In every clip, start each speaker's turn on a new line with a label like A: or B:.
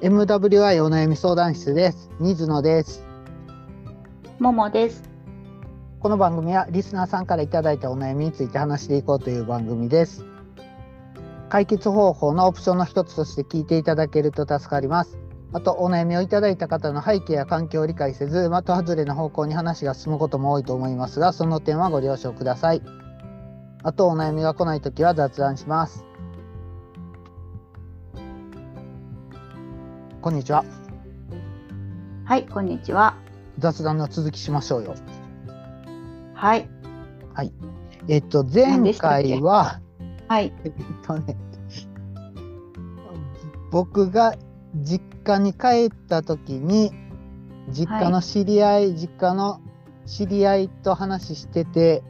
A: MWI お悩み相談室です水野です
B: ももです。
A: この番組はリスナーさんからいただいたお悩みについて話していこうという番組です解決方法のオプションの一つとして聞いていただけると助かりますあとお悩みをいただいた方の背景や環境を理解せず的外れの方向に話が進むことも多いと思いますがその点はご了承くださいあとお悩みが来ないときは雑談しますこんにちは
B: はい、こんにちは。
A: 雑談の続きしましょうよ
B: はい、
A: えっと、前回は、
B: はい、
A: えっとね、僕が実家に帰った時に、実家の知り合い、実家の知り合いと話してて、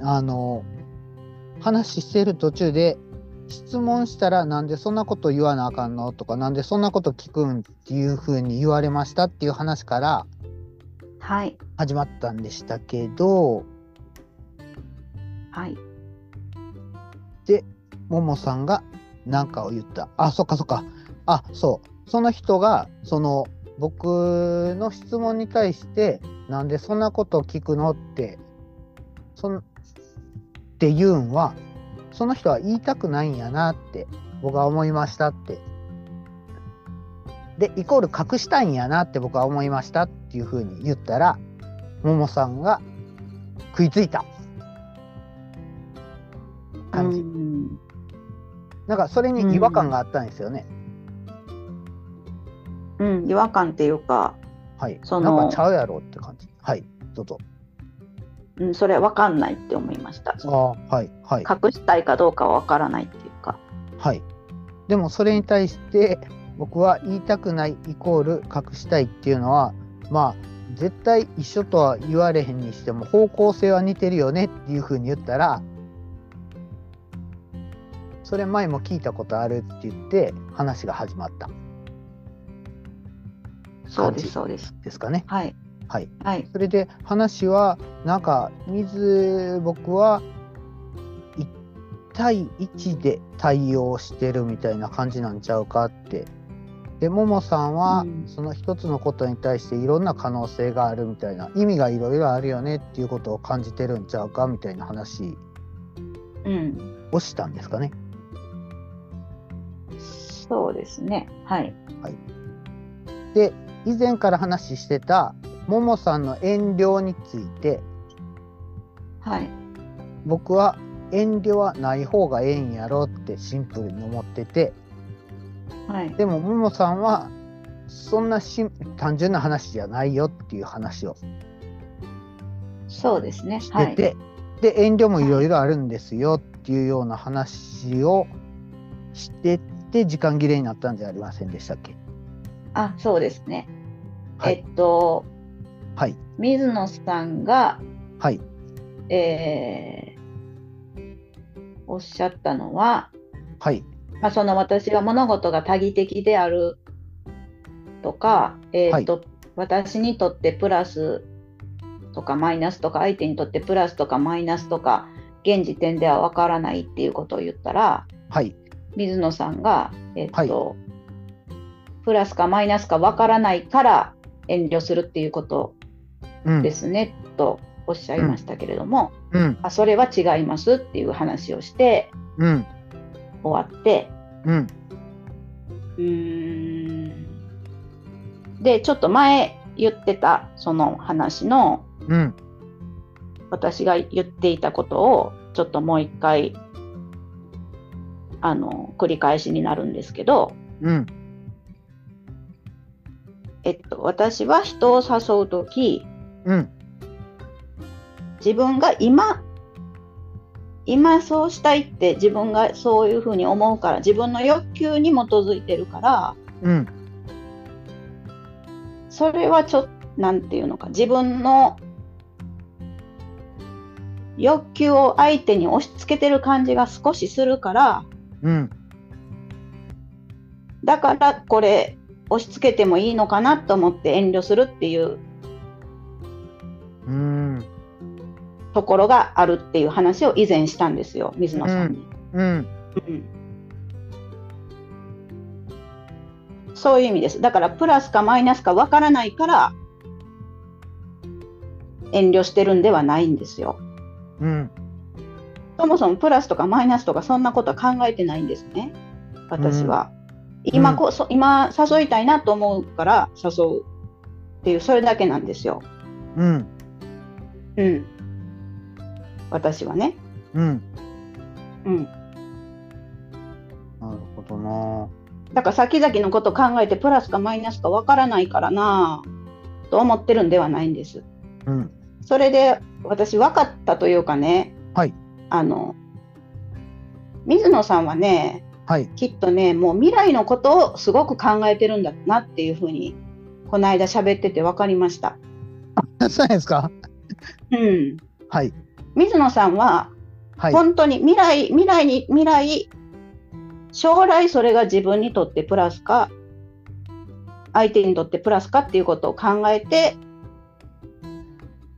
A: あの、話してる途中で、質問したらなんでそんなこと言わなあかんのとか、なんでそんなこと聞くんっていうふうに言われましたっていう話から
B: はい、
A: 始まったんでしたけど、
B: はい。
A: ももさんが何かを言った。あ、そっかそっか。あ、そう。その人が、その、僕の質問に対して、なんでそんなこと聞くのって、そん、って言うんは、その人は言いたくないんやなって、僕は思いましたって。で、イコール隠したいんやなって僕は思いましたっていうふうに言ったら、ももさんが食いついた感じ。
B: うん
A: なんかそれに違和感があったんですよね。
B: うん、違和感っていうか、
A: はい、
B: その
A: なんかちゃうやろって感じ。はい、どうぞ。
B: うん、それわかんないって思いました。
A: ああ、はい、はい、
B: 隠したいかどうかはわからないっていうか、
A: はい。でもそれに対して僕は言いたくないイコール隠したいっていうのは、まあ、絶対一緒とは言われへんにしても方向性は似てるよねっていうふうに言ったら、それ前も聞いたことあるって言って話が始まったん
B: そう
A: 感
B: です
A: じ
B: そうです。
A: ですかね。
B: はい、
A: はい。
B: はい、
A: それで話はなんか水僕は1対1で対応してるみたいな感じなんちゃうかってでももさんは
B: うん
A: その一つのことに対していろんな可能性があるみたいな意味がいろいろあるよねっていうことを感じてるんちゃうかみたいな話
B: うん、
A: をしたんですかね。
B: そうですね。はい、
A: で以前から話してたももさんの遠慮について
B: はい、
A: 僕は遠慮はない方がええんやろってシンプルに思ってて
B: はい、
A: でもももさんはそんなしん単純な話じゃないよっていう話を
B: そうですね。は
A: して
B: い
A: て、、で遠慮もいろいろあるんですよっていうような話をしてって時間切れになったんじゃありませんでしたっけ
B: あ、そうですね。
A: はい
B: えっと、
A: はい
B: 水野さんが、
A: はい
B: えーおっしゃったのは、
A: はい
B: まあ、その私が物事が多義的であるとか、えーと私にとってプラスとかマイナスとか相手にとってプラスとかマイナスとか現時点ではわからないっていうことを言ったら
A: はい
B: 水野さんが、えーとプラスかマイナスかわからないから遠慮するっていうこと
A: うん
B: ですね、とおっしゃいましたけれども、
A: うん
B: あそれは違いますっていう話をして
A: うん
B: 終わって。
A: うん
B: うーんでちょっと前言ってたその話の
A: うん
B: 私が言っていたことをちょっともう一回あの繰り返しになるんですけど、
A: うん
B: えっと、私は人を誘う時
A: うん
B: 自分が今今そうしたいって自分がそういうふうに思うから自分の欲求に基づいてるから
A: うん
B: それはちょっとなんていうのか自分の欲求を相手に押し付けてる感じが少しするから
A: うん
B: だからこれ押し付けてもいいのかなと思って遠慮するっていう
A: うん
B: ところがあるっていう話を以前したんですよ水野さんに。
A: うん
B: うんそういう意味です。だからプラスかマイナスかわからないから遠慮してるんではないんですよ。
A: うん、
B: そもそもプラスとかマイナスとかそんなことは考えてないんですね。私は。今こそ今誘いたいなと思うから誘うっていうそれだけなんですよ。
A: うん、
B: うん。私はね。
A: うん。
B: うん。
A: なるほどな。
B: だから先々のこと考えてプラスかマイナスかわからないからなぁと思ってるんではないんです。
A: うん、
B: それで私分かったというかね、
A: はい
B: あの水野さんはね
A: はい、
B: きっとねもう未来のことをすごく考えてるんだなっていうふうにこの間喋ってて分かりました。
A: そうですか。
B: うん、
A: はい、
B: 水野さんは
A: はい、
B: 本当に未来、未来に未来将来それが自分にとってプラスか相手にとってプラスかっていうことを考えて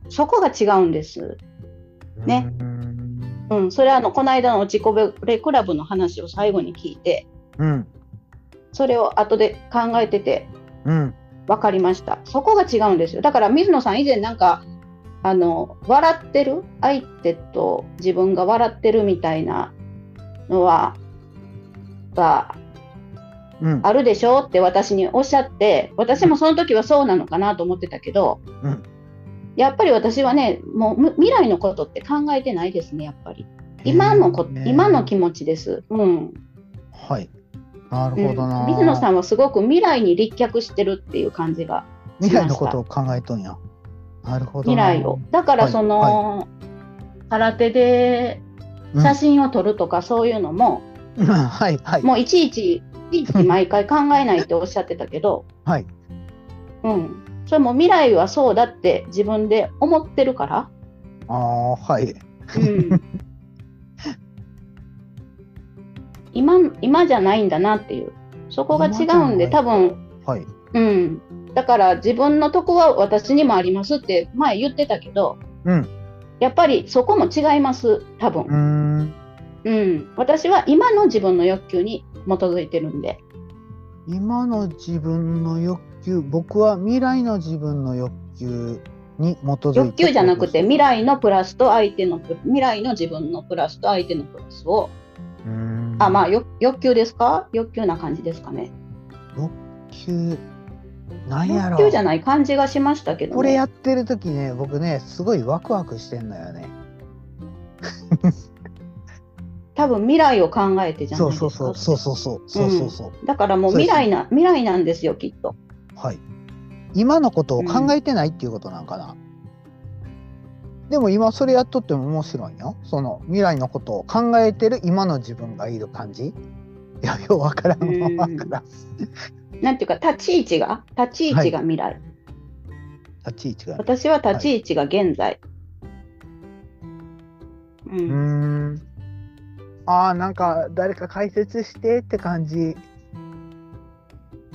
B: そこが違うんです。ね
A: うん。
B: うん、それはあのこの間の落ちこぼれクラブの話を最後に聞いて
A: うん、
B: それを後で考えてて
A: うん、
B: 分かりましたそこが違うんですよだから水野さん以前なんかあの笑ってる相手と自分が笑ってるみたいなのはが
A: うん、
B: あるでしょって私におっしゃって私もその時はそうなのかなと思ってたけど、
A: うん
B: やっぱり私はねもうむ未来のことって考えてないですねやっぱり。今のこ、
A: ね
B: 今の。気持ちです。うん。
A: はい。な
B: う
A: る
B: ん
A: ほどな。
B: 水野さんはすごく未来に立脚してるっていう感じが。
A: 未来のことを考えとんや。なるほど
B: 未
A: な。
B: 来を。だから
A: はい
B: その、空手で
A: うん。
B: 写真を撮るとかそういうのも、
A: うん はい、はい。
B: もういちいち、いちいち毎回考えないっておっしゃってたけど、
A: はい。
B: うん。それも未来はそうだって自分で思ってるから。
A: ああ、はい。
B: うん。今、今じゃないんだなっていう。そこが違うんで、
A: 今じゃ
B: 多
A: ない
B: 分、
A: はい。
B: うん、だから自分のとこは私にもありますって前言ってたけど
A: うん。
B: やっぱりそこも違います多
A: うー
B: 分、
A: ん。
B: うん、私は今の自分の欲求に基づいてるんで
A: 今の自分の欲求、僕は未来の自分の欲求に基づいて。
B: 欲求じゃなくて未。来のプラスと相手のプ未来の自分のプラスと相手のプラスを
A: うーん。
B: あまあ欲欲求ですか欲求な感じですかね
A: 欲求。なんやろ
B: 欲求じゃない感じがしましたけど、ね、
A: これやってる時ね、僕ね、すごいワクワクしてんのよね。
B: 多分未来を考えてじゃない
A: そう
B: です
A: そ
B: か
A: うそう、そうそうそう、そうそうそう。
B: だからもう未来な未来なんですよきっと
A: はい。今のことを考えてないっていうことなんかな。でも今それやっとっても面白いよ。その未来のことを考えてる今の自分がいる感じ。いや、ようわからんわ
B: うん
A: わ からん。
B: なんていうか立ち位置が立ち位置が未来、
A: 立ち位置がね。
B: 私は立ち位置が現在。う、
A: うんーん。ああ、なんか誰か解説してって感じ。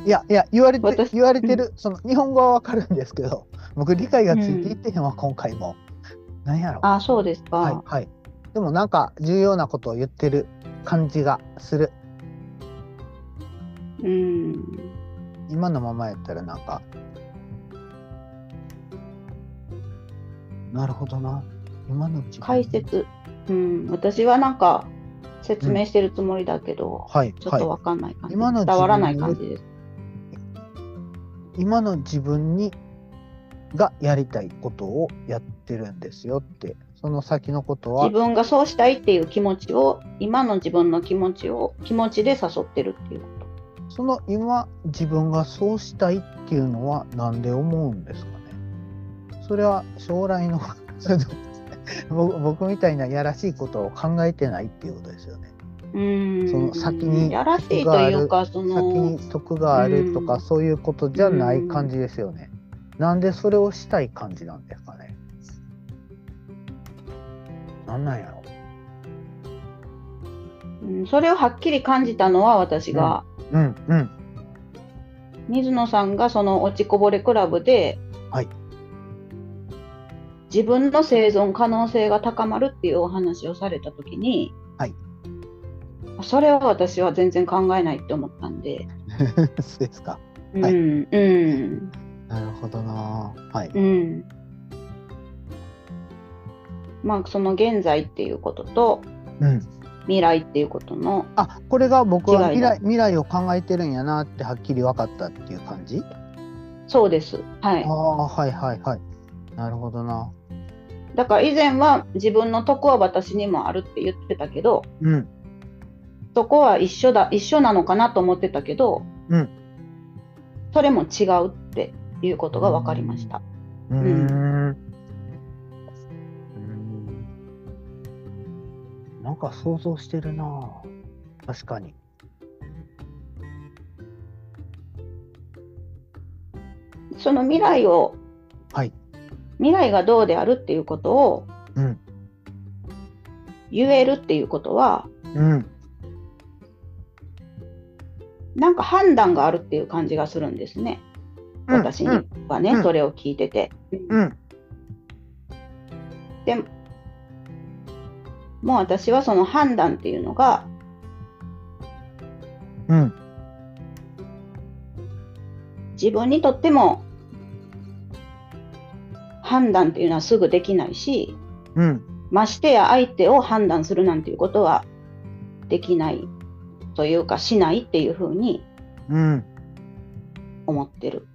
A: いやいや言われて
B: 私
A: 言われてるその日本語はわかるんですけど僕理解がついていってへんわ、今回もなんやろ
B: あそうですか、
A: はいはい。でもなんか重要なことを言ってる感じがする。
B: うん。
A: 今のままやったらなんか。なるほどな。今の自分
B: 解。説、うん、私はなんか説明してるつもりだけど、
A: はい
B: ちょっと
A: は
B: わかんない感じ、
A: 今の自分
B: 伝わらない感じです。
A: い。今の自分にがやりたいことをやってるんですよって。その先のことは
B: 自分がそうしたいっていう気持ちを今の自分の気持ちを気持ちで誘ってるっていうこ
A: その今自分がそうしたいっていうのはなんで思うんですかねそれは将来のそ れとも僕僕みたいなやらしいことを考えてないっていうことですよね。
B: と。うん。
A: その先に
B: やらしいというかそ
A: 先
B: の
A: に得があると
B: う
A: か
B: ん
A: そういうことじゃない感じですよね。なんでそれをしたい感じなんですかねなんなんやろ
B: うん、それをはっきり感じたのは私が、
A: うんうん
B: 水野さんがその落ちこぼれクラブで、
A: はい
B: 自分の生存可能性が高まるっていうお話をされた時に、
A: はい
B: それは私は全然考えないって思ったんで
A: そうですか。
B: う
A: はい
B: ん、うん、
A: なるほどな。はい。
B: うん。まあ、その現在っていうことと
A: うん。
B: 未来っていうことの、
A: あ、これが僕は
B: 違い
A: 未
B: が
A: 来未来を考えてるんやなってはっきり分かったっていう感じ。
B: そうです。は
A: あ
B: い。
A: あ、はいはいはい。なるほどな。
B: だから以前は自分のとこは私にもあるって言ってたけど、
A: うん。
B: そこは一緒だ、一緒なのかなと思ってたけど、
A: うん
B: それも違うっていうことが分かりました。
A: うーん。うーんなんか想像してるな。確かに。
B: その未来を、
A: はい
B: 未来がどうであるっていうことを
A: うん。
B: 言えるっていうことは、
A: うん。
B: なんか判断があるっていう感じがするんですね。私に
A: うん。
B: はね、
A: うん
B: それを聞いてて。
A: うん。
B: でもう私はその判断っていうのが
A: うん。
B: 自分にとっても判断っていうのはすぐできないし、
A: うん。
B: ましてや相手を判断するなんていうことはできないというかしないっていうふうに
A: うん。
B: 思ってる。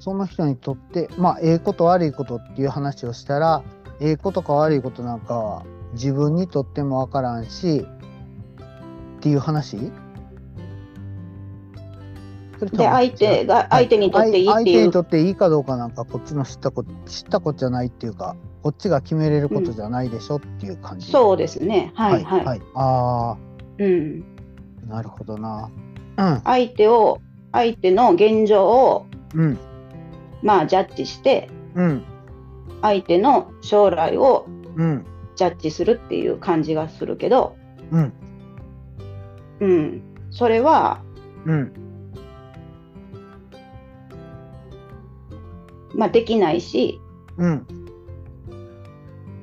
A: その人にとって、まあ、ええこと悪いことっていう話をしたら、ええことか悪いことなんかは自分にとってもわからんし、っていう話それと
B: で
A: も
B: 相手が相手にとっていい
A: あ
B: って
A: 相手
B: い
A: に
B: う
A: とっていいかどうかなんかこっちの知ったこ知ったこっちゃないっていうかこっちが決めれることじゃないでしょっていう感じ、
B: そうですねはいはい、
A: はい、あ
B: うん、
A: あなるほどなう
B: 相手を相手の現状を
A: んうん
B: まあジャッジして
A: うん
B: 相手の将来を
A: うん
B: ジャッジするっていう感じがするけど、
A: うん
B: うん、それは
A: うん
B: まあできないし、
A: うん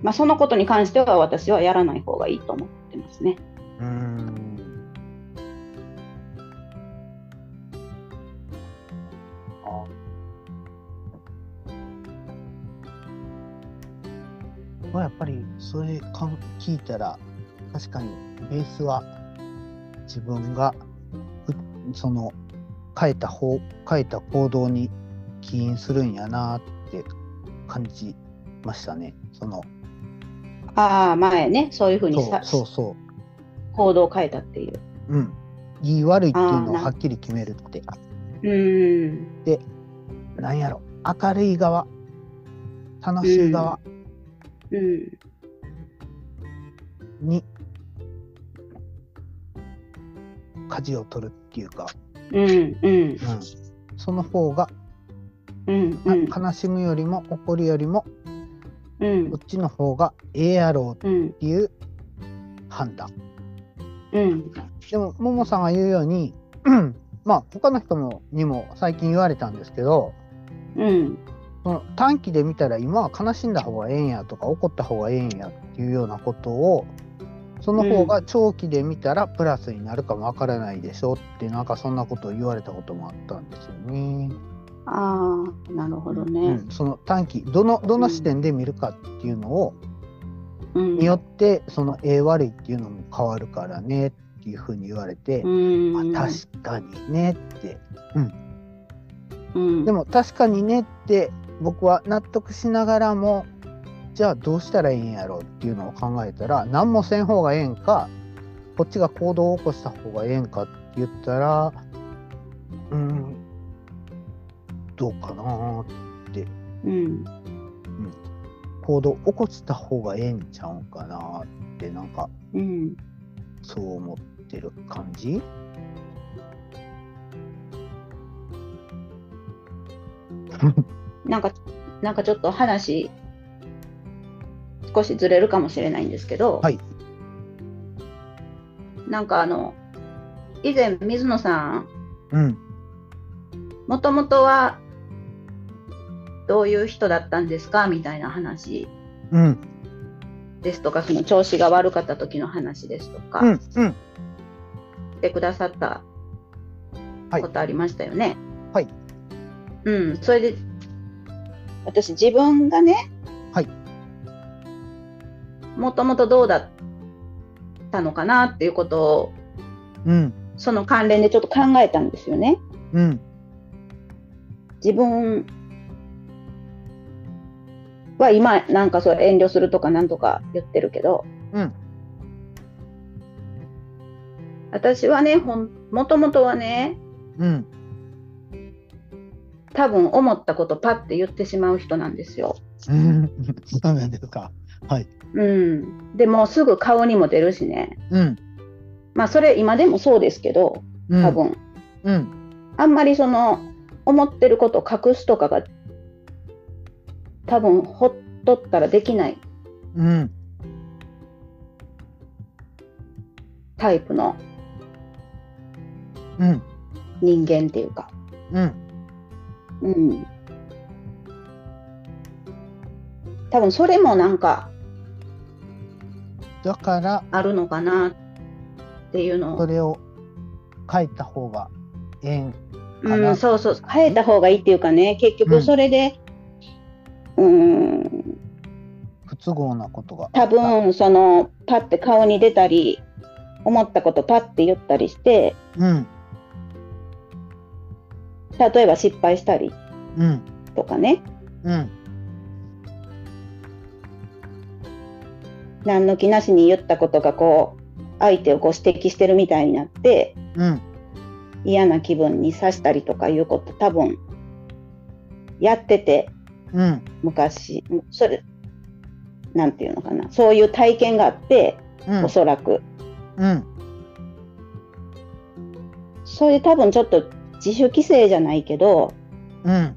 B: まあ、そのことに関しては私はやらない方がいいと思ってますね。
A: うーんあまあやっぱりそれかん聞いたら確かにベースは自分がうその変えた方変えた行動に起因するんやなって感じましたね。その
B: ああ前ねそういうふうに
A: そ
B: さ
A: うそうそう
B: 行動を変えたっていう。
A: うん、いい悪いっていう
B: あー
A: のを
B: な
A: はっきり決めるって
B: うーん
A: なんやろ明るい側楽しい側
B: うん
A: に舵を取るっていうか、
B: うんうん
A: うん、その方が、
B: うん
A: な
B: うん
A: 悲しむよりも怒るよりも
B: うん
A: こっちの方がええやろうっ
B: うん
A: ていう判断
B: うん
A: でもももさんが言うように うんまあ他の人もにも最近言われたんですけど
B: うん
A: その短期で見たら今は悲しんだ方がええんやとか怒った方がええんやっていうようなことをその方が長期で見たらプラスになるかもわからないでしょってなんかそんなことを言われたこともあったんですよね。
B: ああなるほど
A: う
B: ね。
A: ん、その短期どのどの視点で見るかっていうのを
B: うん
A: によってそのええ悪いっていうのも変わるからねっていうふうに言われて、
B: うん
A: あ確かにねって
B: うん
A: でも確かにねって僕は納得しながらもじゃあどうしたらいいんやろうっていうのを考えたら何もせん方がええんかこっちが行動を起こした方がええんかって言ったらうんどうかな
B: うん
A: 行動起こした方がええんちゃうんかなってなんか
B: うん
A: そう思ってる感じ
B: なんかなんかちょっと話少しずれるかもしれないんですけど、
A: はい
B: なんかあの以前水野さん
A: うん
B: もともとはどういう人だったんですかみたいな話
A: うん
B: ですとかその調子が悪かった時の話ですとか、
A: うんうん
B: してくださったことありましたよね。
A: はい。
B: うん、それで、私自分がね、
A: はい。
B: もともとどうだったのかなっていうことを、
A: うん、
B: その関連でちょっと考えたんですよね。
A: うん、
B: 自分は今なんかそう遠慮するとかなんとか言ってるけど、
A: うん
B: 私はねほんもともとはね
A: うん。
B: 多分思ったことパッて言ってしまう人なんですよ。
A: うん、 そうなんですか。
B: うん、でもうすぐ顔にも出るしね
A: うん、
B: まあそれ今でもそうですけど
A: うん、
B: 多分、
A: うん、
B: あんまりその思ってることを隠すとかが多分ほっとったらできない
A: うん、
B: タイプの
A: うん、
B: 人間っていうか。
A: うん、
B: うん。多分それもなんか
A: だから、
B: あるのかなっていうの
A: そ
B: を、
A: れを書いた方がええんか
B: う、
A: なん
B: そうそう変えた方がいいっていうかね結
A: う
B: 局
A: ん
B: それでうん
A: 不都合なことが。
B: 多。分そのパッて顔に出たり思ったことパッて言ったりして
A: うん、
B: 例えば失敗したり
A: うん、
B: とかね
A: うん、
B: 何の気なしに言ったことがこう相手をこう指摘してるみたいになって
A: うん、
B: 嫌な気分にさしたりとかいうこと多分やってて
A: うん、
B: 昔それなんていうのかなそういう体験があって、
A: うん
B: お、そらく
A: うん、
B: それで多分ちょっと自主規制じゃないけど
A: うん、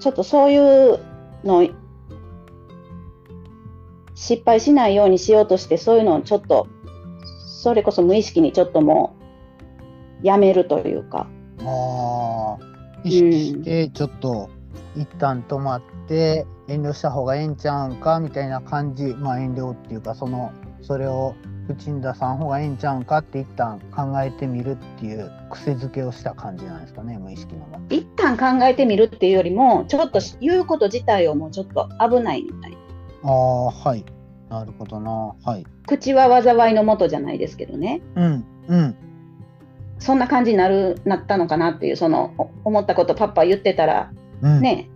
B: ちょっとそういうの失敗しないようにしようとしてそういうのをちょっとそれこそ無意識にちょっともうやめるというか
A: ああ、意識してちょっと一旦止まって遠慮した方がええんちゃうんかみたいな感じ、まあ遠慮っていうかそのそれを口に出さん方がええんちゃうんかって一旦考えてみるっていう癖づけをした感じなんですかね無意識のも。
B: 一旦考えてみるっていうよりもちょっと言うこと自体をもうちょっと危ないみたいな
A: ああはいなるほどなはい。
B: 口は災いのもとじゃないですけどね
A: うんうん
B: そんな感じになるなったのかなっていうそのお思ったことパッパ言ってたら
A: うん、
B: ね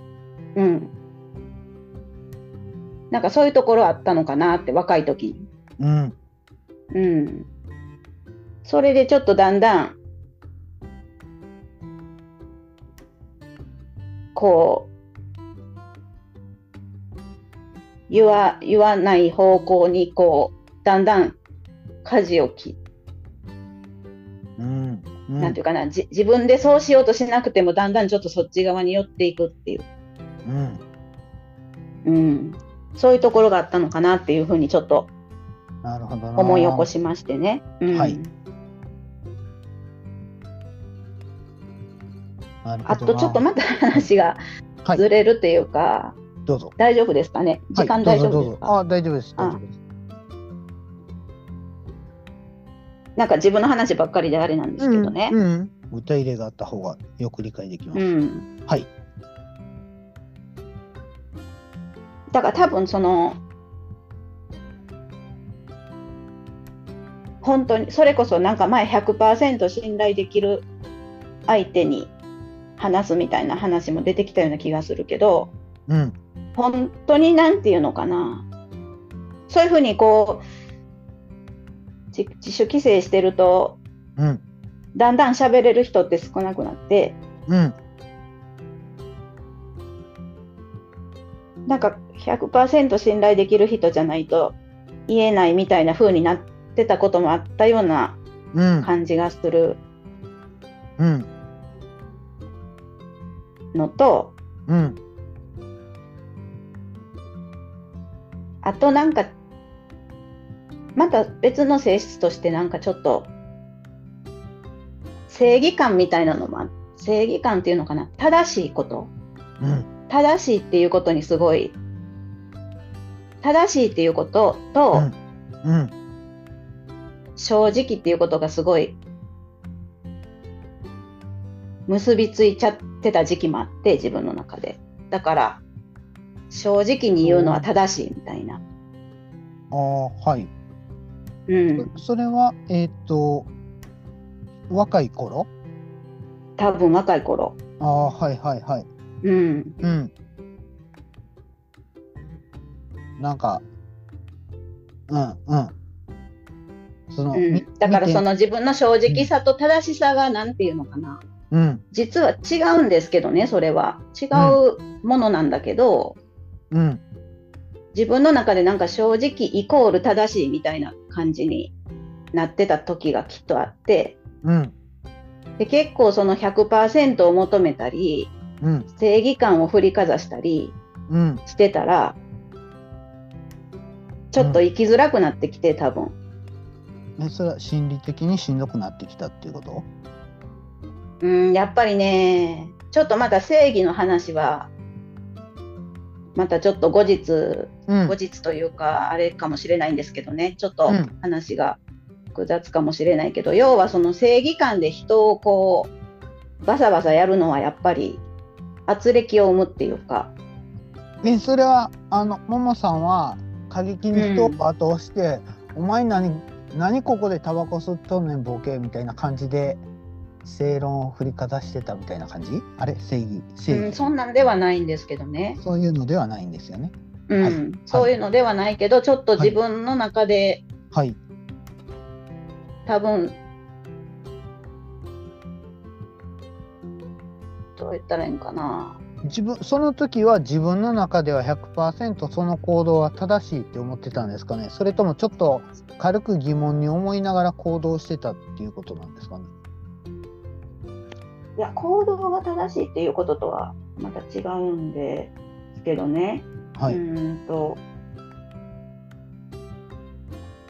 B: うんなんかそういうところあったのかなって若い時に
A: うん
B: うんそれでちょっとだんだんこう言わ言わない方向にこうだんだん舵を切っ
A: うんうん
B: なんていうかな、じ自分でそうしようとしなくてもだんだんちょっとそっち側に寄っていくっていう、
A: うん
B: うん、そういうところがあったのかなっていうふうにちょっと
A: なるほどな
B: 思い起こしましてね。うん
A: はいなるほ
B: あ
A: ど
B: とちょっと
A: な
B: また話が
A: はい
B: ずれるというか、
A: どうぞ。
B: 大丈夫ですかね時間
A: はい
B: 大
A: ど
B: 丈
A: うぞ
B: 夫
A: ど
B: で
A: う
B: す
A: ぞ
B: か、
A: あ大丈夫です大丈夫です。
B: なんか自分の話ばっかりであれなんですけどね
A: う。んうん歌入れがあった方がよく理解できます。
B: うん
A: はい。
B: だから多分その本当にそれこそなんか前100%信頼できる相手に話すみたいな話も出てきたような気がするけど
A: うん、
B: 本当になんていうのかなそういうふうにこう自自主規制してると
A: うん、
B: だんだん喋れる人って少なくなって
A: うん、
B: なんか100%信頼できる人じゃないと言えないみたいな風になってたこともあったような
A: うん、
B: 感じがする
A: うん、
B: のと
A: うん、
B: あとなんかまた別の性質としてなんかちょっと正義感みたいなのもあ正義感っていうのかな正しいこと
A: うん、
B: 正しいっていうことにすごい正しいっていうことと、
A: うん、
B: 正直っていうことがすごい結びついちゃってた時期もあって自分の中でだから正直に言うのは正しいみたいな、
A: ああはい、
B: うん、
A: そそれはえっ、と若い頃
B: 多分若い頃、
A: ああはいはいはい
B: うん、
A: うんなんかうんうんその、
B: う
A: み
B: ん、だから
A: 見て
B: その自分の正直さと正しさが何ていうのかな
A: うん
B: 実は違うんですけどねそれは違うものなんだけど、
A: うん
B: 自分の中でなんか正直イコール正しいみたいな感じになってた時がきっとあって
A: うん
B: で結構その100%を求めたり
A: うん
B: 正義感を振りかざしたり
A: うん
B: してたらちょっと生きづらくなってきて多分、
A: えそれは心理的にしんどくなってきたっていうこと
B: うん、やっぱりねちょっとまた正義の話はまたちょっと後日
A: うん
B: 後日というかあれかもしれないんですけどねちょっと
A: うん
B: 話が複雑かもしれないけど、要はその正義感で人をこうバサバサやるのはやっぱり圧力を生むっていうか
A: えそれはあのももさんは過激に人を
B: うん
A: 罵倒して、お前何何ここでタバコ吸っとんねんボケ」みたいな感じで正論を振りかざしてたみたいな感じあれ正義正義、
B: うん、そんなんではないんですけどね、
A: そういうのではないんですよね
B: うん
A: はい
B: そういうのではないけどちょっと自分の中で
A: はい
B: 多分、どう言ったらいいんかな
A: 自分その時は自分の中では100%その行動は正しいって思ってたんですかねそれともちょっと軽く疑問に思いながら行動してたっていうことなんですかね
B: いや行動が正しいっていうこととはまた違うんですけどね、
A: はいう
B: ーんと、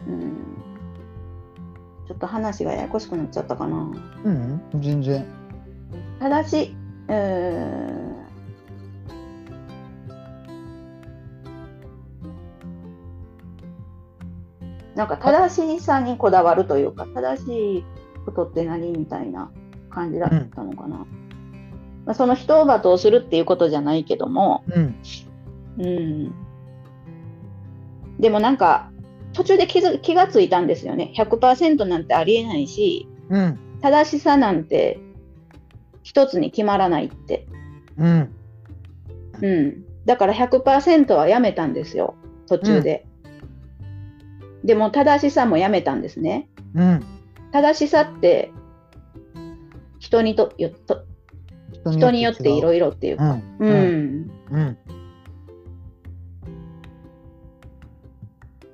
B: うーん、ちょっと話がややこしくなっちゃったかな。
A: うん、全然
B: 正しい、うーん。なんか正しさにこだわるというか、正しいことって何みたいな感じだったのかな。まあ、その人を罵倒するっていうことじゃないけども、
A: うん
B: うんでもなんか途中で気づ気がついたんですよね100%なんてありえないし
A: うん
B: 正しさなんて一つに決まらないって、
A: うん
B: うん、だから100%はやめたんですよ途中で、でも正しさもやめたんですね
A: うん
B: 正しさって人にとよと人によってい
A: い
B: ろいろっていう
A: う
B: か、
A: ん
B: うん
A: うん、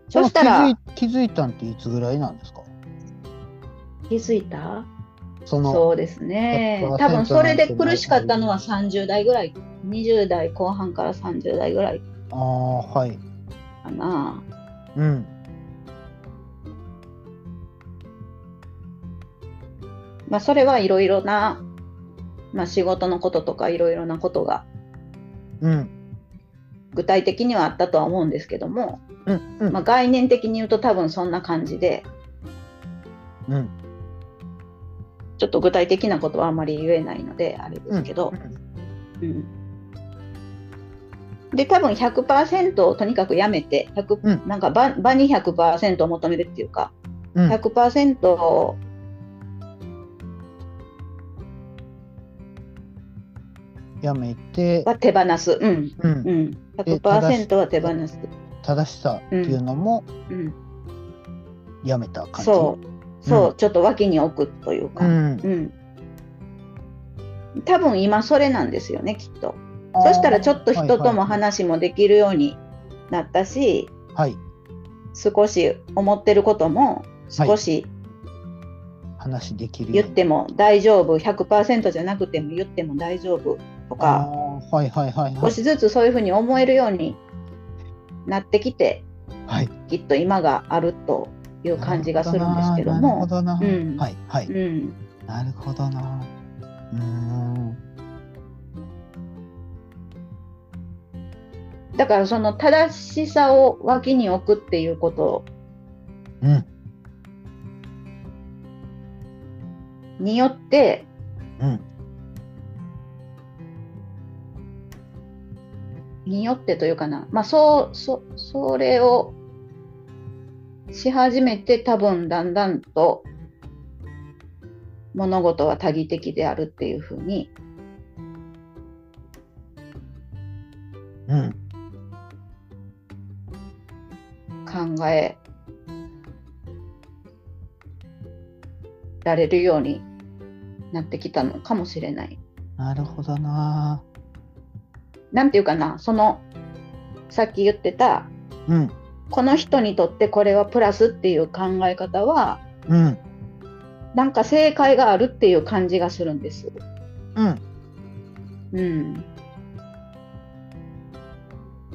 B: そしたら
A: でも気づい気づいたんっていつぐらいなんですか
B: 気づいた
A: その
B: そうですね
A: 100%
B: 多分それで苦しかったのは30代ぐらい20代後半から30代ぐらい
A: ああーはい
B: かな
A: うん
B: まあそれはいろいろな、まあ、仕事のこととかいろいろなことが
A: うん
B: 具体的にはあったとは思うんですけども、
A: うんうん、
B: まあ、概念的に言うと多分そんな感じで
A: うん
B: ちょっと具体的なことはあまり言えないのであれですけど、うんで多分100%をとにかくやめて100、
A: うん
B: なんか場場に100%を求めるっていうか
A: うんうん
B: 100%
A: やめて、
B: は手放す。うん。
A: う、
B: うんん。
A: え正し
B: 100%は手放す。
A: 正しさっていうのも
B: うん。
A: やめた感じ、
B: そう。そう、
A: う
B: ちょっと脇に置くというか。うん。
A: ん、
B: 多分今それなんですよね、きっと。そしたらちょっと人とも
A: はい
B: 話もできるようになったし、
A: はい、はい
B: 少し思ってることも少し
A: 話できる
B: 言っ
A: うに
B: ても大丈夫、100%じゃなくても言っても大丈夫と
A: あ
B: か、
A: ーはいはいはいは
B: 少
A: い
B: しずつそういうふうに思えるようになってきて、
A: はい
B: きっと今があるという感じがするんですけど
A: なるほ
B: も。
A: どな、
B: うん
A: はいはい、
B: うん、
A: なるほどなうーん
B: だからその正しさを脇に置くっていうこと
A: うん
B: によって
A: うん。
B: によってというかな、まあ、そうそそれをし始めて多分だんだんと物事は多義的であるっていうふうに
A: うん。
B: 考えられるようになってきたのかもしれない。
A: なるほどな。
B: なんていうかなそのさっき言ってた
A: うん。
B: この人にとってこれはプラスっていう考え方は
A: うん。
B: なんか正解があるっていう感じがするんです。
A: うん。
B: うん、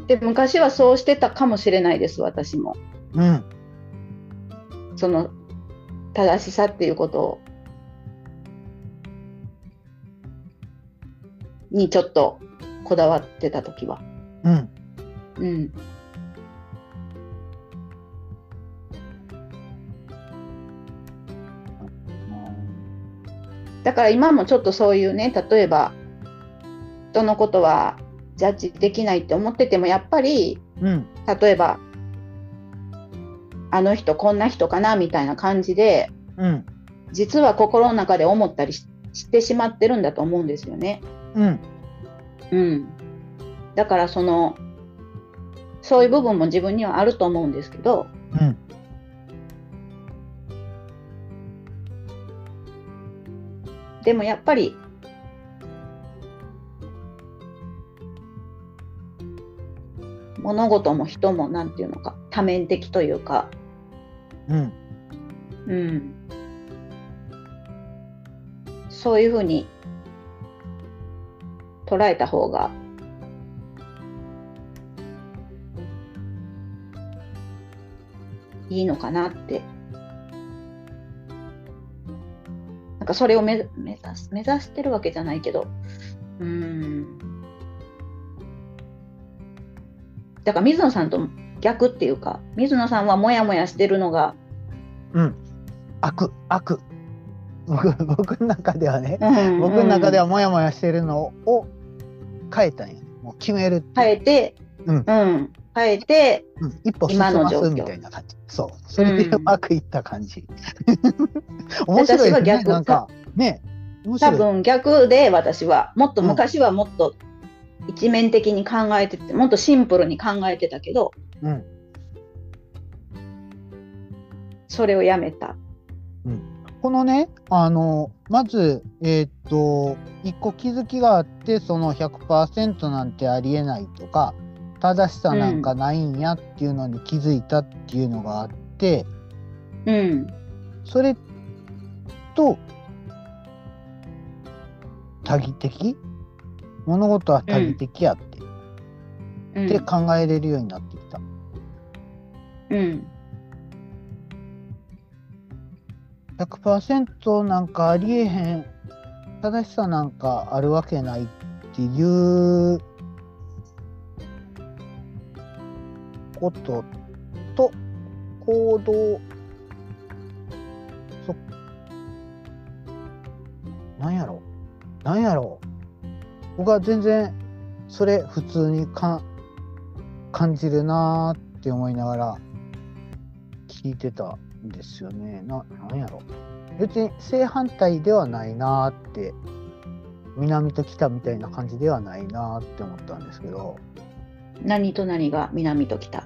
B: で昔はそうしてたかもしれないです私も。
A: うん。
B: その正しさっていうことをにちょっとこだわってた時は。
A: うん。
B: うん、だから今もちょっとそういうね例えば人のことはジャッジできないって思っててもやっぱり
A: うん。
B: 例えばあの人こんな人かなみたいな感じで
A: うん。
B: 実は心の中で思ったりししてしまってるんだと思うんですよね。
A: うん。
B: うん、だからそのそういう部分も自分にはあると思うんですけど
A: うん。
B: でもやっぱり物事も人もなんていうのか多面的というか、
A: うん。
B: うん、そういうふうに捉えた方がいいのかなってなんかそれを目目指す目指してるわけじゃないけどうんだから水野さんと逆っていうか水野さんはモヤモヤしてるのが
A: うん。悪。悪。僕、僕の中ではね。僕
B: 僕
A: の中で
B: は
A: はモヤモヤしてるのを。変えたんや。もう決める。
B: 変えて、
A: うん
B: うん、変えて、
A: うん、一歩進
B: 今の
A: ま
B: 状
A: す
B: 況
A: みたいな感じ。そう。それで
B: う
A: うんまくいった感じ。面白いで
B: 私は
A: すね。
B: 逆
A: なんか。ね。面
B: 多
A: 白い。
B: 分逆で私はもっと昔はもっと一面的に考えてて、もっとシンプルに考えてたけど
A: うん。
B: それをやめた。
A: このね、あの、まず、えーっと、一個気づきがあって、その100%なんてありえないとか、正しさなんかないんやっていうのに気づいたっていうのがあって、
B: うん、
A: それと、多義的物事は多義的やって、
B: うん
A: って考えれるようになってきた。
B: うん
A: 100%なんかありえへん正しさなんかあるわけないっていうことと行動そなんやろなんやろ僕は全然それ普通にか感じるなーって思いながら聞いてたんですよね。ななんやろ別に正反対ではないなーって南と北みたいな感じではないなーって思ったんですけど
B: 何と何が南と北。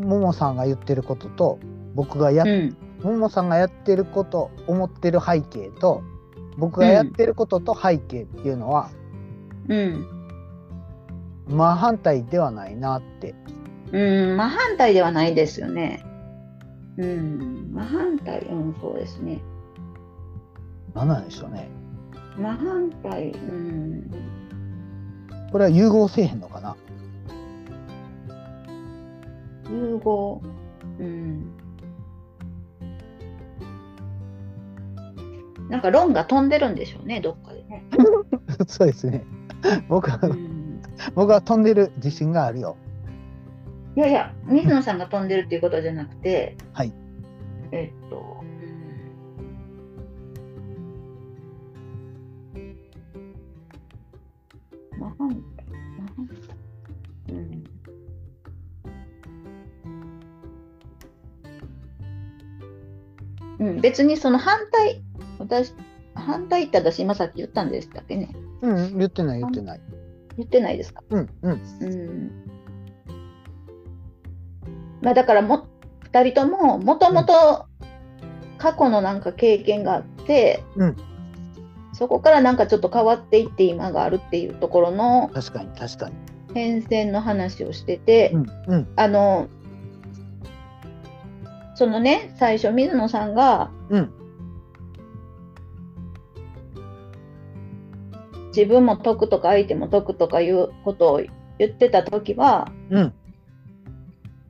A: ももさんが言ってることと僕がやっ
B: うん
A: ももさんがやってること思ってる背景と僕がやってることと背景っていうのは、
B: うん
A: 真反対ではないなって
B: うん、真反対ではないですよね。うん、真反対、うん、そうですね。
A: 何なんでしょうね
B: 真反対、うん、
A: これは融合せえへんのかな
B: 融合、うん。なんか論が飛んでるんでしょうね、どっかでね。
A: そうですね僕は
B: うん
A: 僕は飛んでる自信があるよ
B: いやいや、水野さんが飛んでるっていうことじゃなくて、
A: はい。
B: えっと、うんなんうんうん、別にその反対私反対って私今さっき言ったんでしたっけね
A: うん、言ってない言ってない。
B: 言ってないですか
A: うんうん。
B: うんまあだからも2人とももともと過去のなんか経験があって、
A: うん
B: そこからなんかちょっと変わっていって今があるっていうところの
A: 確かに確かに。
B: 変遷の話をしてて、
A: うんうん
B: あのそのね最初水野さんが
A: うん
B: 自分も得とか相手も得とかいうことを言ってた時は
A: うん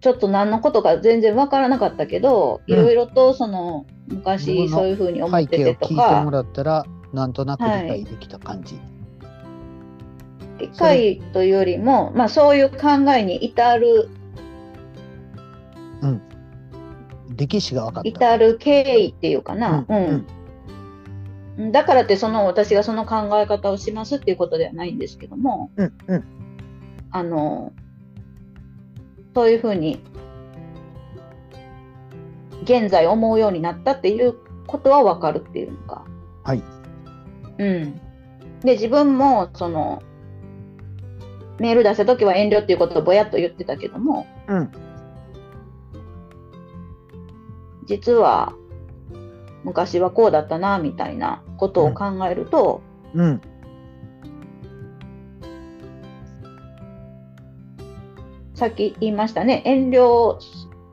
B: ちょっと何のことか全然わからなかったけど、
A: うん
B: いろいろとその
A: 自
B: 昔
A: 分の
B: そういうふうに思っ
A: 背
B: て
A: 景
B: て
A: を聞
B: と
A: いても
B: から
A: ったらなんとなく理解できた感じ。
B: 理解というよりも、まあ、そういう考えに至る
A: 歴史が分かった。
B: 至る経緯っていうかな、
A: うん
B: うんだからってその私がその考え方をしますっていうことではないんですけども
A: うんうん
B: あのそういうふうに現在思うようになったっていうことは分かるっていうのか。
A: はい。
B: うん、で自分もそのメール出した時は遠慮っていうことをぼやっと言ってたけども
A: うん
B: 実は昔はこうだったなみたいなことを考えると、
A: うん
B: さっき言いましたね遠慮を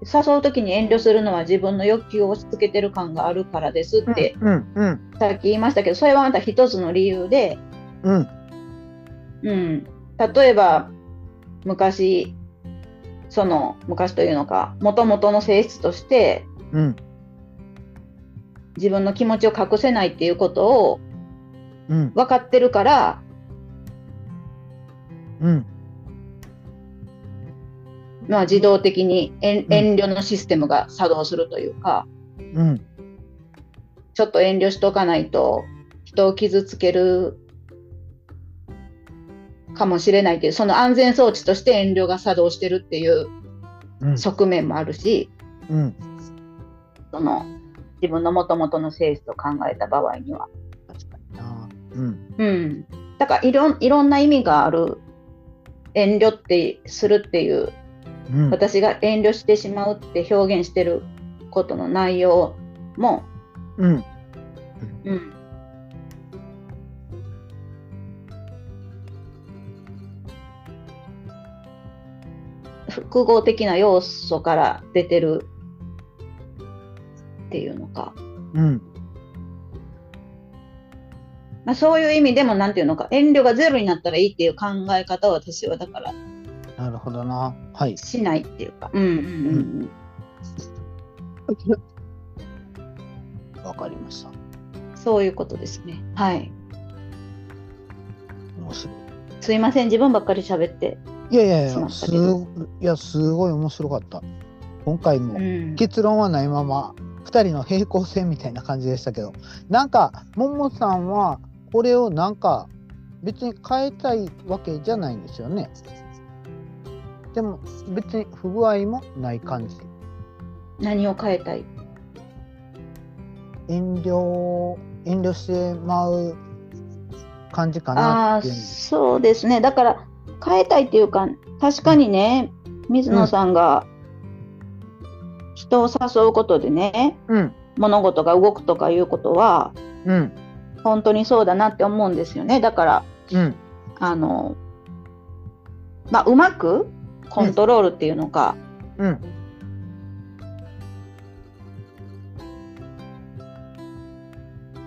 B: 誘う時に遠慮するのは自分の欲求を押し付けてる感があるからですって、
A: うんうん
B: さっき言いましたけどそれはまた一つの理由で、
A: うん
B: うん、例えば昔その昔というのかもともとの性質として
A: うん
B: 自分の気持ちを隠せないっていうことを
A: うん
B: 分かってるから
A: うん
B: まあ、自動的に遠
A: うん
B: 遠慮のシステムが作動するというか、
A: うん
B: ちょっと遠慮しとかないと人を傷つけるかもしれないけどその安全装置として遠慮が作動してるっていう
A: うん
B: 側面もあるし、
A: うん
B: その自分のもともとの性質を考えた場合には。
A: 確かにな。うん
B: うん、だからいろんいろんな意味がある遠慮ってするっていう
A: うん
B: 私が遠慮してしまうって表現してることの内容も、
A: うん
B: うん、複合的な要素から出てるっていうのか、
A: うん
B: まあ、そういう意味でもなんていうのか遠慮がゼロになったらいいっていう考え方を私はだから
A: なるほどな。はい。
B: しないっていうか。うんうんうんうん
A: わかりました。
B: そういうことですね。はい。
A: 面白い。
B: すいません、自分ばっかり喋って。
A: いやいやい
B: しま
A: や、
B: っ
A: す
B: た
A: い
B: けど
A: やすごい面白かった。今回も
B: うん。
A: 結論はないまま2人の平行線みたいな感じでしたけどなんかももさんはこれをなんか別に変えたいわけじゃないんですよねでも別に不具合もない感じ
B: 何を変えたい。
A: 遠慮遠慮してまう感じか
B: あ
A: な
B: あ
A: っていう
B: ー、
A: んです
B: そうですね。だから変えたいっていうか、確かにね、水野さんが人を誘うことでね、
A: うん
B: 物事が動くとかいうことは、
A: うん
B: 本当にそうだなって思うんですよね。だから、
A: うん
B: あの、まあ、うまくコントロールっていうのか、
A: うん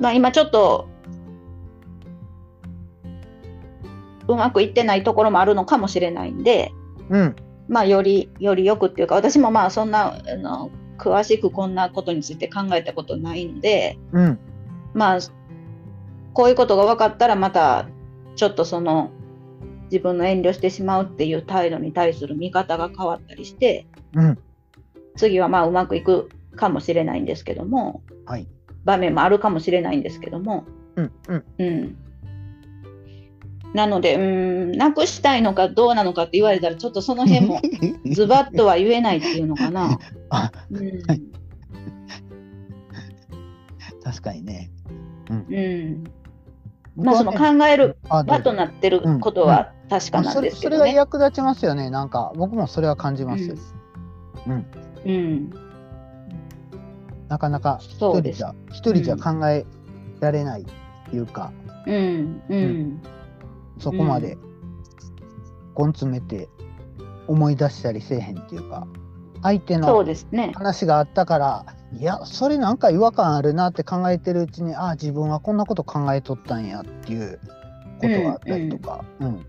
B: まあ、今ちょっとうまくいってないところもあるのかもしれないんで、
A: うん
B: まあ、よりよりよくっていうか私もまあそんなあの詳しくこんなことについて考えたことないので、
A: うん
B: まあ、こういうことが分かったらまたちょっとその自分の遠慮してしまうっていう態度に対する見方が変わったりして
A: うん
B: 次はまあうまくいくかもしれないんですけども
A: はい
B: 場面もあるかもしれないんですけども、
A: うんうん
B: うん、なので、うーん、なくしたいのかどうなのかって言われたら、ちょっとそ の辺もズバッとは言えないっていうのかな。
A: あ
B: うん
A: はい確かにね。
B: うん、
A: 僕
B: まあ
A: は
B: そ
A: ね
B: の考える
A: あどう
B: 場
A: ぞ
B: となってることは確かなん
A: それ
B: です
A: そ
B: けど
A: れが
B: ね。
A: 役立ちますよね。なんか僕もそれは感じますよ。
B: うん、
A: なかなか
B: そ
A: 一
B: う
A: 人
B: です
A: じゃ一人じゃ考えられないっていうか、
B: うん、うん、
A: そこまで根詰めて思い出したりせえへんっていうか、相手
B: そ
A: の
B: うですね。
A: 話があったから、いやそれなんか違和感あるなって考えてるうちに、ああ自分はこんなこと考えとったんやっていうことがあったりとか、うん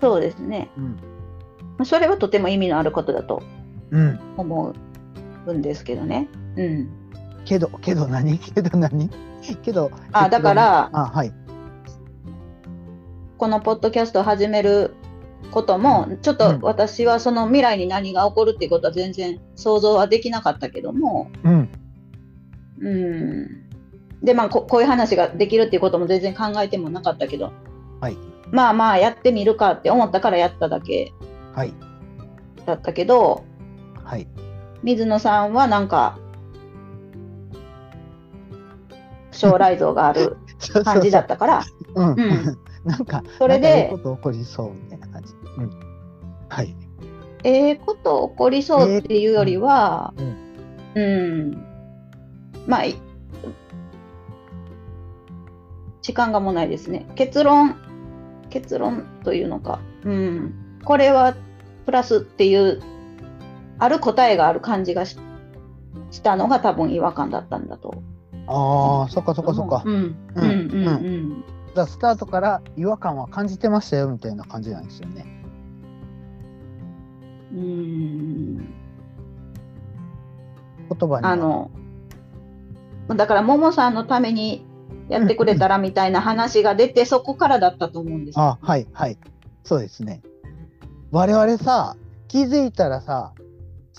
B: そうですね。
A: うん
B: それはとても意味のあることだと
A: うん。
B: 思うんですけどね。うん。
A: けどけど何 けど何けど
B: あだから
A: あはい
B: このポッドキャストを始めることも、ちょっ
A: うん
B: と私はその未来に何が起こるっていうことは全然想像はできなかったけども、
A: うん
B: うん。で、まあこ、こういう話ができるっていうことも全然考えてもなかったけど、
A: はい
B: まあまあやってみるかって思ったからやっただけ
A: はい
B: だったけど、
A: はい
B: 水野さんはなんか、将来像が ある感じだったから、
A: うん、
B: ん
A: なんか
B: それ
A: なんかいい
B: で
A: こと起こりそうみたいな感じ、うん、はい
B: ええこと起こりそうっていうよりは、
A: ええ
B: うん、まあ、い時間がもうないですね。結論、結論というのか、うん、これはプラスっていう、ある答えがある感じがししたのが多分違和感だったんだと。
A: ああそっかそっかそっか、
B: うん、うん、うん、うん。
A: だからスタートから違和感は感じてましたよみたいな感じなんですよね
B: うんうん
A: 言葉には
B: あのだからももさんのためにやってくれたらみたいな話が出てそこからだったと思うんです。
A: あはいはいそうですね我々さ気づいたらさ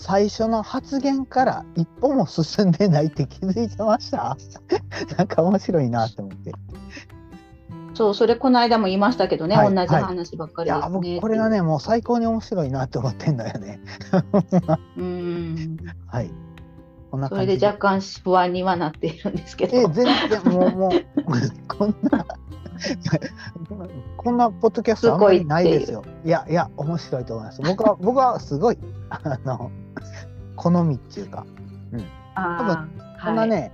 A: 最初の発言から一歩も進んでないって気づいてました なんか面白いなって思って
B: そうそれこの間も言いましたけどね、
A: はい
B: 同じ話ばっか
A: い
B: りで
A: や
B: すね。
A: 僕これがねもう最高に面白いなって思ってんだよね
B: うん
A: はいこんな
B: そ
A: 感
B: れ
A: じ
B: で若干不安にはなっているんですけ
A: え
B: ど。
A: 全然もうもう こんなこんなポッドキャストあんまりないですよ。いやいや面白いと思います。僕は 僕はすごいあの好みっていうか、
B: あ
A: こ
B: ー
A: んな
B: はい
A: ね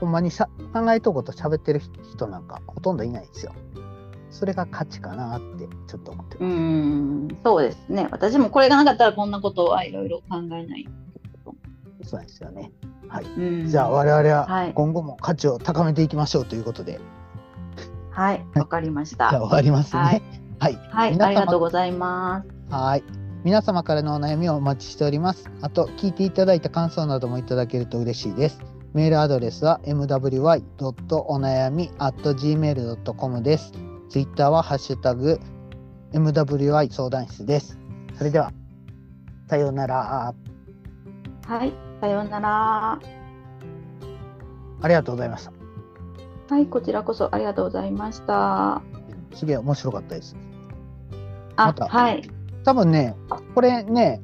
A: ほんまにしゃ考えとうこと喋ってる人なんかほとんどいないですよ。それが価値かなってちょっと思って
B: う
A: ます。
B: んそうですね私もこれがなかったらこんなことはいろいろ考えない。
A: そうなんですよね。
B: うん
A: じゃあ我々
B: は
A: はい今後も価値を高めていきましょうということで、
B: はいわかりまし
A: じゃあ
B: た。
A: 終わります
B: はい
A: ね。はい。
B: はい
A: 皆様
B: ありがとうございます。
A: はい。皆様からのお悩みをお待ちしております。あと、聞いていただいた感想などもいただけると嬉しいです。メールアドレスは mwy.onayami.gmail.com です。ツイッターはハッシュタグ mwy 相談室です。それでは、さようなら。
B: はいさようなら。
A: ありがとうございました。
B: はい、こちらこそありがとうございました。
A: すげえ面白かったです。
B: あ、
A: また
B: はい、
A: 多分ね、これね、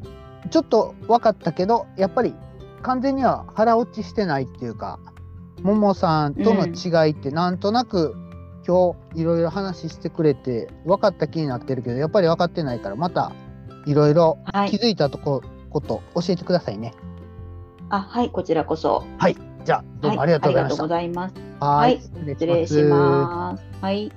A: ちょっと分かったけど、やっぱり完全には腹落ちしてないっていうか、ももさんとの違いってなんとなく、今日いろいろ話してくれて分かった気になってるけど、やっぱり分かってないから、またいろいろ
B: は
A: 気
B: い、
A: づいたとこ、こと教えてくださいね。
B: あ、はい、こちらこそ。
A: じゃあどうもありがとうございました。
B: はい、ありがと
A: は失礼
B: うございます。はい失礼します。はい。